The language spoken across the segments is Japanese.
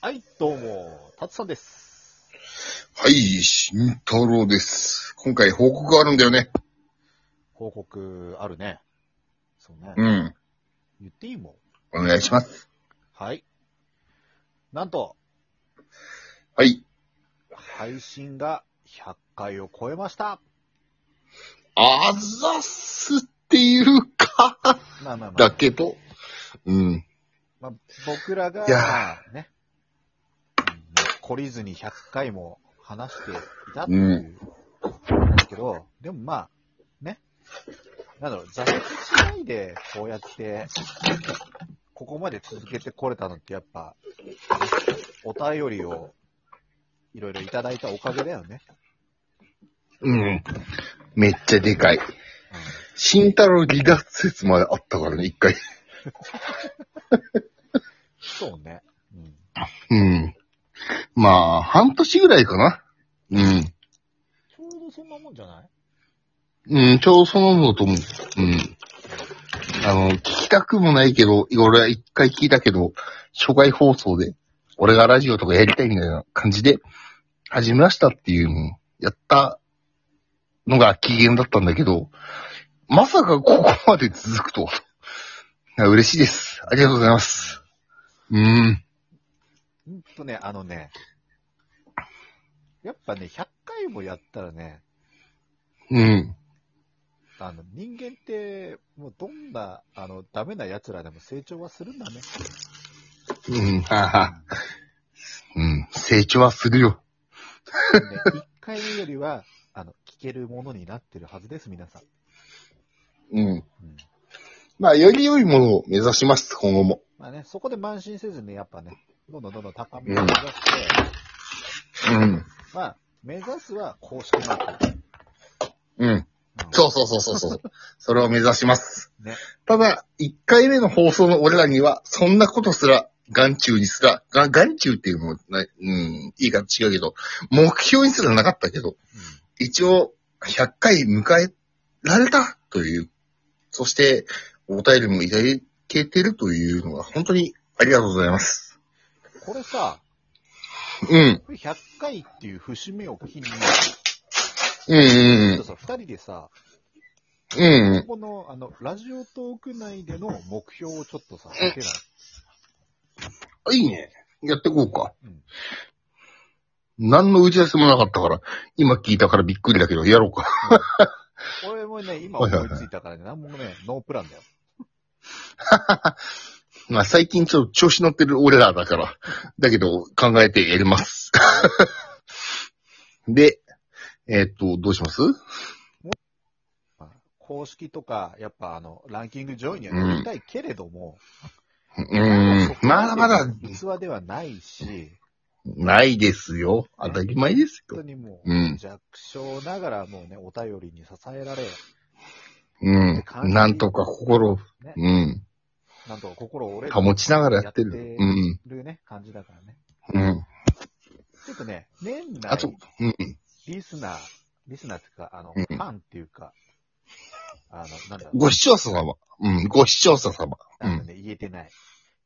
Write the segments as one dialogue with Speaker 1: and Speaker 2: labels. Speaker 1: はい、どうも、たつさんです。
Speaker 2: はい、慎太郎です。今回報告があるんだよね。
Speaker 1: 報告あるね。そうね。
Speaker 2: うん。
Speaker 1: 言っていいもん。
Speaker 2: お願いします。
Speaker 1: はい。なんと、
Speaker 2: はい。
Speaker 1: 配信が100回を超えました。
Speaker 2: あざっすっていうか、
Speaker 1: まあまあま
Speaker 2: だ
Speaker 1: あ、
Speaker 2: けど、うん。
Speaker 1: まあ、僕らが、
Speaker 2: いやー
Speaker 1: まあね、うん懲りずに100回も話していたって
Speaker 2: う
Speaker 1: いう、だけど、でもまあ、ね、なんだろう、挫折しないで、こうやって、ここまで続けてこれたのってやっぱ、お便りをいろいろいただいたおかげだよね。
Speaker 2: うん。めっちゃでかい。慎太郎離脱説まであったからね、一回。
Speaker 1: そうね。うん。
Speaker 2: うん。まあ、半年ぐらいかな。うん。
Speaker 1: ちょうどそんなもんじゃない
Speaker 2: うん、ちょうどそのものと思う。うん。あの、聞きたくもないけど、俺は一回聞いたけど、初回放送で、俺がラジオとかやりたいみたいな感じで、始めましたっていうのをやったのが機嫌だったんだけど、まさかここまで続くとは。いや嬉しいです。ありがとうございます。うん。
Speaker 1: うんとね、あのね、やっぱね、100回もやったらね、
Speaker 2: うん。
Speaker 1: あの、人間って、もうどんな、あの、ダメな奴らでも成長はするんだね。
Speaker 2: うん。はは。うん。成長はするよ。
Speaker 1: でもね一回目よりは、あの、聞けるものになってるはずです、皆さん。
Speaker 2: うん。
Speaker 1: うん、
Speaker 2: まあ、より良いものを目指します、今後も。
Speaker 1: まあね、そこで慢心せずね、やっぱね、どんどんどんどん高め
Speaker 2: う
Speaker 1: を
Speaker 2: ん
Speaker 1: 目指して、
Speaker 2: うん。
Speaker 1: まあ、目指すは公式マーク。
Speaker 2: うん。
Speaker 1: ん
Speaker 2: そうそうそうそう そう。それを目指します。
Speaker 1: ね
Speaker 2: ただ、1回目の放送の俺らには、そんなことすら、眼中にすら、が眼中っていうのもない、うん、言い方違うけど、目標にすらなかったけど、一応、100回迎えられたという、そして、お便りもいただけてるというのは、本当にありがとうございます。
Speaker 1: うん、これさ、
Speaker 2: うん、
Speaker 1: これ100回っていう節目を機に、ち
Speaker 2: うん、
Speaker 1: ょっ
Speaker 2: う
Speaker 1: と
Speaker 2: ん
Speaker 1: さ、二人でさ、
Speaker 2: うん、うん
Speaker 1: ここの、あの、ラジオトーク内での目標をちょっとさ、立てない。
Speaker 2: うん。いいね。やってこうか。
Speaker 1: うん
Speaker 2: 何の打ち合わせもなかったから、今聞いたからびっくりだけど、やろうか。
Speaker 1: 俺もね、今思いついたからね、なんもね、ノープランだよ。
Speaker 2: まあ最近ちょっと調子乗ってる俺らだから、だけど考えてやります。 で、えーっと、どうします
Speaker 1: まあ公式とか、やっぱあの、ランキング上位にはなりたいけれども、
Speaker 2: うーん、まだまだ
Speaker 1: 器ではないし、
Speaker 2: ないですよ。当たり前です
Speaker 1: 本当
Speaker 2: よ。
Speaker 1: にも
Speaker 2: う
Speaker 1: う、
Speaker 2: ん、
Speaker 1: 弱小ながらもうね、お便りに支えられ、
Speaker 2: うん。なんとか心を、うん、
Speaker 1: なんとか心を折れ
Speaker 2: 保ちながらやって
Speaker 1: やって
Speaker 2: る。うん、
Speaker 1: るね、感じだからね。
Speaker 2: うん。
Speaker 1: ちょっとね、年
Speaker 2: あ
Speaker 1: 内、
Speaker 2: と、うん、
Speaker 1: リスナー、リスナーっていうか、あの、
Speaker 2: うん
Speaker 1: ファンっていうか、あの、なんだろう、
Speaker 2: ご視聴者様。うん、ご視聴者様。う
Speaker 1: なんか
Speaker 2: ん。
Speaker 1: ね、言えてない。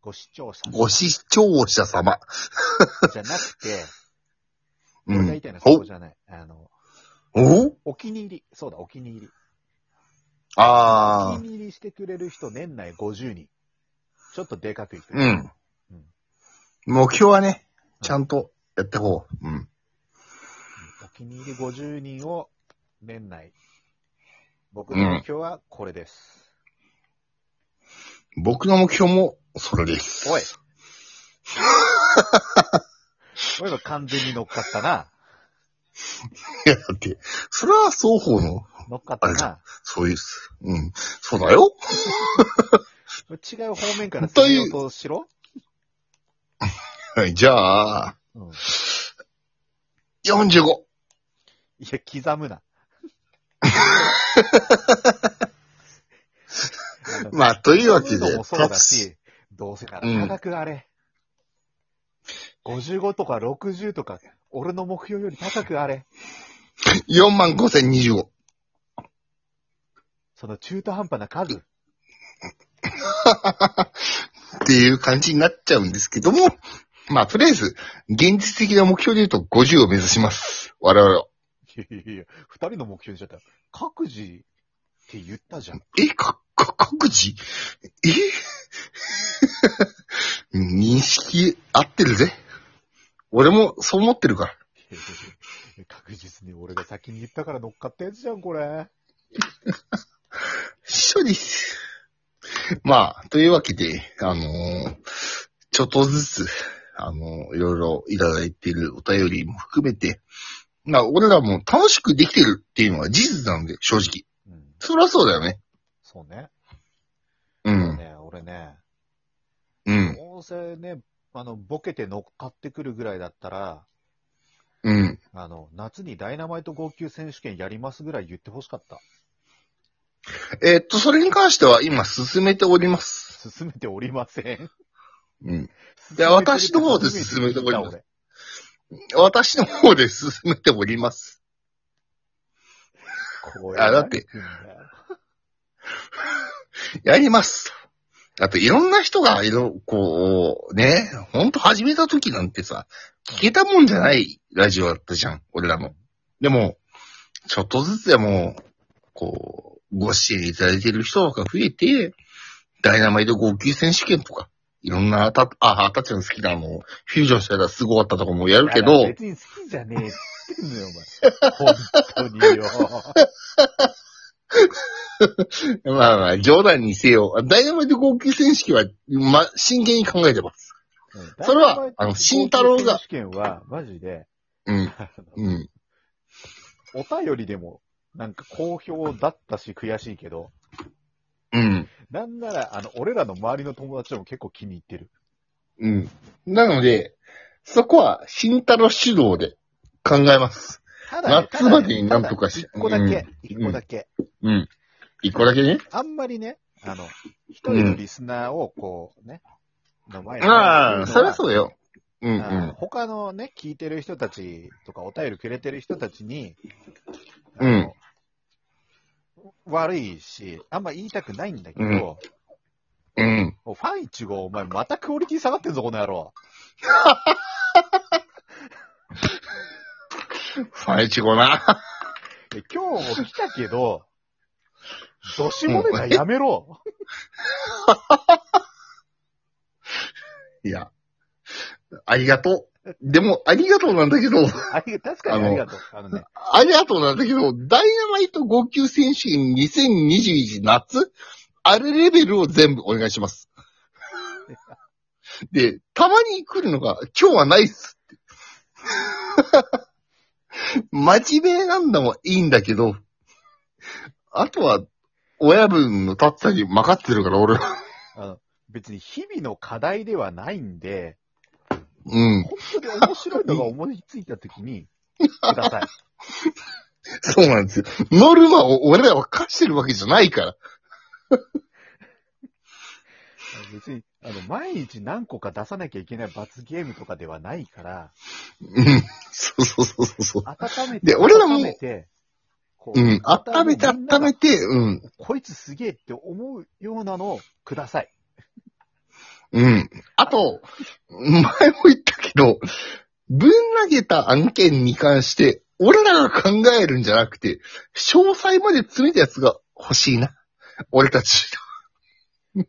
Speaker 1: ご視聴者
Speaker 2: ご視聴者様。
Speaker 1: じゃなくて、
Speaker 2: う
Speaker 1: 俺が言
Speaker 2: ん
Speaker 1: い。たいのはそこじゃない。あの、
Speaker 2: お
Speaker 1: お気に入り。そうだ、お気に入り。お
Speaker 2: ああ
Speaker 1: 気。に入りしてくれる人、年内50人。ちょっとでかくいく。
Speaker 2: うん
Speaker 1: うん。
Speaker 2: 目標はね、ちゃんとやってこう。うん。
Speaker 1: お気に入り50人を年内。僕
Speaker 2: う
Speaker 1: の
Speaker 2: ん
Speaker 1: 目標はこれです。
Speaker 2: 僕の目標も、それで す。
Speaker 1: おい俺は完全に乗っかったな。
Speaker 2: いや、だって、それは双方の、
Speaker 1: 乗っかったな。
Speaker 2: そういう、うん。そうだよ。
Speaker 1: 違う方面から攻めようとしろ。
Speaker 2: はい、じゃあ、
Speaker 1: うん。い
Speaker 2: 45。
Speaker 1: や、刻むな。あの
Speaker 2: まあ、というわ
Speaker 1: そ
Speaker 2: け
Speaker 1: ういうの
Speaker 2: で、
Speaker 1: もそうだし、どうせなら高くあれ。55とか60とか、俺の目標より高くあれ。
Speaker 2: 4万5025。
Speaker 1: その中途半端な数。
Speaker 2: っていう感じになっちゃうんですけども、まあ、とりあえず、現実的な目標で言うと50を目指します。我々は。
Speaker 1: いやいやいや、二人の目標にしちゃったよ。各自って言ったじゃん。
Speaker 2: え、か、か、各自え 認識合ってるぜ。俺もそう思ってるから。
Speaker 1: 確実に俺が先に言ったから乗っかったやつじゃん、これ。
Speaker 2: 一緒です。 まあ、というわけで、あのーちょっとずつ、あのーいろいろいただいているお便りも含めて、まあ、俺らも楽しくできてるっていうのは事実なんで、正直。
Speaker 1: うん。
Speaker 2: そりゃそうだよね。
Speaker 1: そうね。
Speaker 2: う。
Speaker 1: もうんね、俺ね、
Speaker 2: うん。
Speaker 1: どうせね、あの、ボケて乗っかってくるぐらいだったら、
Speaker 2: うん。
Speaker 1: あの、夏にダイナマイト号泣選手権やりますぐらい言ってほしかった。
Speaker 2: えーっと、それに関しては今進めております。
Speaker 1: 進めておりません。
Speaker 2: うん。や私の方で進めております私の方で進めております。
Speaker 1: こう
Speaker 2: あだって。やります。あと、いろんな人が、いろ、こう、ね、ほんと始めた時なんてさ、聞けたもんじゃないラジオだったじゃん、俺らも。でも、ちょっとずつでも、こう、ご支援いただいてる人が増えて、ダイナマイト号泣選手権とか、いろんなあた、あ、あたちゃん好きなあの、フュージョンしたらすごかったとかもやるけ
Speaker 1: いや
Speaker 2: ど、
Speaker 1: 別に好きじゃねえって言ってんのよ、お前。本当に よ。
Speaker 2: まあまあ、冗談にせよ、ダイナマイト号泣選手権は、ま、真剣に考えてます。それはあの慎太郎が
Speaker 1: 試験は、マジで、
Speaker 2: うん。うん。
Speaker 1: お便りでも、なんか好評だったし悔しいけど、
Speaker 2: うん。
Speaker 1: なんなら、あの、俺らの周りの友達でも結構気に入ってる。
Speaker 2: うん。なので、そこは、慎太郎主導で考えます。
Speaker 1: ただ、ね、
Speaker 2: 夏までになんとかし
Speaker 1: 一個だけ
Speaker 2: うん、
Speaker 1: 一個だけ。
Speaker 2: うん。一個だけね。
Speaker 1: あんまりね、あの、一人のリスナーをこうね、の前に
Speaker 2: ああ、そりゃ
Speaker 1: う
Speaker 2: そうだよ。うんう
Speaker 1: のは、あの
Speaker 2: ん。
Speaker 1: 他のね、聞いてる人たちとか、お便りくれてる人たちに、あ
Speaker 2: う
Speaker 1: の
Speaker 2: ん。
Speaker 1: 悪いし、あんま言いたくないんだけど、
Speaker 2: うん。
Speaker 1: おファン1号、お前またクオリティ下がってんぞ、この野郎。
Speaker 2: ファイチゴな。
Speaker 1: え今日も来たけど、どしもネタやめろ。
Speaker 2: いや。ありがとう。でも、ありがとうなんだけど、
Speaker 1: あり確かにありがとう。あのね、
Speaker 2: ありがとうなんだけど、ダイナマイト号泣選手権2021夏あれレベルを全部お願いします。で、たまに来るのが、今日はないっすって。 真面目なんだもいいんだけど、あとは、親分のたったに任ってるから、俺は。
Speaker 1: あの別に日々の課題ではないんで、
Speaker 2: うん。
Speaker 1: 本当に面白いのが思いついたときに、ください。
Speaker 2: そうなんですよ。ノルマを俺らは課してるわけじゃないから。
Speaker 1: 別に、あの、毎日何個か出さなきゃいけない罰ゲームとかではないから、
Speaker 2: うん。そうそうそうそうそう。
Speaker 1: 温めて、
Speaker 2: で俺らも
Speaker 1: 温めて、こう
Speaker 2: うん。温めて、
Speaker 1: また
Speaker 2: 温
Speaker 1: みんな
Speaker 2: め
Speaker 1: が
Speaker 2: て、うん。
Speaker 1: こいつすげえって思うようなのをください。
Speaker 2: うん。あと、前も言ったけど、ぶん投げた案件に関して、俺らが考えるんじゃなくて、詳細まで詰めたやつが欲しいな。俺たち。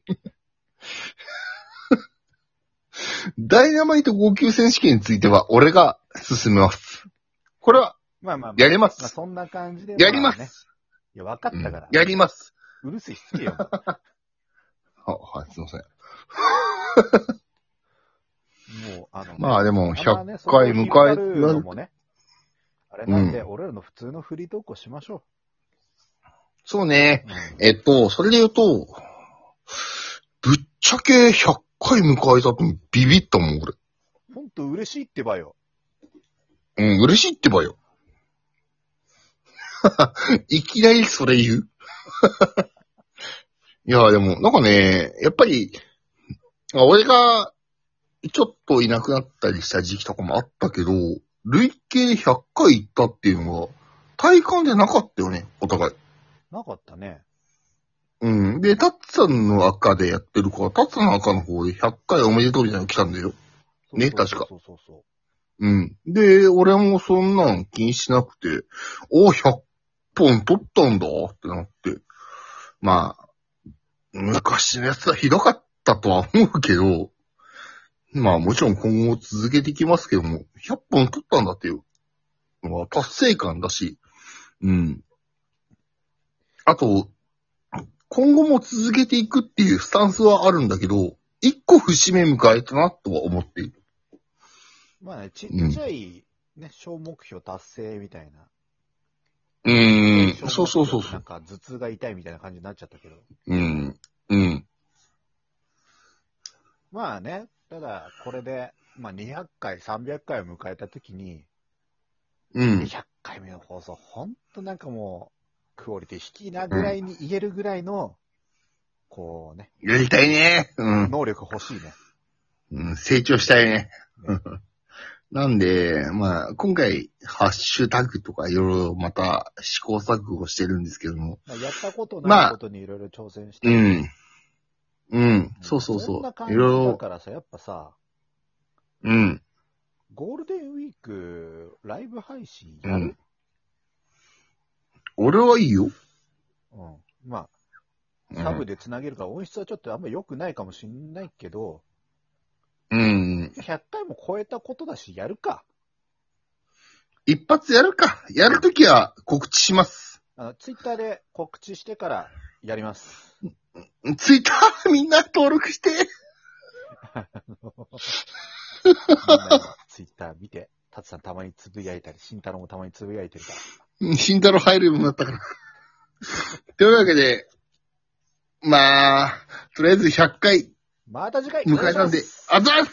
Speaker 2: ダイナマイト号泣選手権については、俺が進めます。これは、
Speaker 1: まあまあまあ、
Speaker 2: やりま
Speaker 1: まあ、
Speaker 2: す。
Speaker 1: そんな感じで、
Speaker 2: やります
Speaker 1: あねいや、分かったから。
Speaker 2: うんやります。
Speaker 1: うるせえ、しつけよ。も
Speaker 2: あはい、すいません。
Speaker 1: う、あの、
Speaker 2: まあでも、
Speaker 1: あんま
Speaker 2: 100
Speaker 1: ねそこを
Speaker 2: 回
Speaker 1: 引
Speaker 2: 迎
Speaker 1: っ張
Speaker 2: え
Speaker 1: る
Speaker 2: な
Speaker 1: のもね、あれなんで、俺らの普通のフリートークをしましょ
Speaker 2: そうね。
Speaker 1: う。うん
Speaker 2: えっと、それで言うと、ぶっちゃけ100回迎えた分ビビったもん、俺。
Speaker 1: ほんと嬉しいってばよ。
Speaker 2: うん、嬉しいってばよ。 いきなりそれ言う いや、でも、なんかね、やっぱり、あ俺が、ちょっといなくなったりした時期とかもあったけど、累計100回行ったっていうのが、体感でなかったよね、お互い。
Speaker 1: なかったね。
Speaker 2: うん。で、タッツさんの赤でやってるから、タッツさんの赤の方で100回おめでとうみたいなの来たんだよ。ね
Speaker 1: そうそうそうそうそう。
Speaker 2: うん。で、俺もそんなん気にしなくて、お、100本取ったんだってなって。まあ、昔のやつはひどかったとは思うけど、まあもちろん今後続けていきますけども、100本取ったんだっていう、まあ、達成感だし、うん。あと、今後も続けていくっていうスタンスはあるんだけど、一個節目迎えたなとは思っている。
Speaker 1: まあね、ち
Speaker 2: うん
Speaker 1: っちゃい、ね、小目標達成みたいな。
Speaker 2: うーん、そうそうそうそう
Speaker 1: なん。か頭痛が痛いみたいな感じになっちゃったけど。
Speaker 2: うん。うん。
Speaker 1: まあね、ただ、これで、まあ200回、300回を迎えたときに、
Speaker 2: うん。
Speaker 1: 100回目の放送、ほんとなんかもう、クオリティ低いなぐらいに言えるぐらいの、こうね、
Speaker 2: やりたいね。うん。
Speaker 1: 能力欲しいね。
Speaker 2: うん、成長したいね
Speaker 1: ね。
Speaker 2: なんで、まあ、今回、ハッシュタグとかいろいろまた試行錯誤してるんですけども。
Speaker 1: まあ、やったこと
Speaker 2: ま
Speaker 1: な
Speaker 2: あ
Speaker 1: いことにいろいろ挑戦して。
Speaker 2: うん。うん。そうそうそ
Speaker 1: んな感
Speaker 2: う。
Speaker 1: じ
Speaker 2: いろい
Speaker 1: だ
Speaker 2: ろ、
Speaker 1: からさ、やっぱさ、
Speaker 2: うん。
Speaker 1: ゴールデンウィーク、ライブ配信やる、
Speaker 2: 俺はいいよ。
Speaker 1: うん、ま
Speaker 2: う
Speaker 1: あ、サブ
Speaker 2: ん。
Speaker 1: でつなげるから音質はちょっとあんま良くないかもしんないけど、
Speaker 2: うん。
Speaker 1: 100回も超えたことだし、やるか。
Speaker 2: 一発やるか。やるときは告知します。
Speaker 1: あの、ツイッターで告知してからやります。
Speaker 2: ツイッターみんな登録して。
Speaker 1: ツイッター見て、タツさんたまにつぶやいたり、慎太郎もたまにつぶやいてるから。
Speaker 2: うん慎太郎入るようになったから。 というわけで、まあ、とりあえず100回
Speaker 1: また次回
Speaker 2: 迎えたんで、あざっす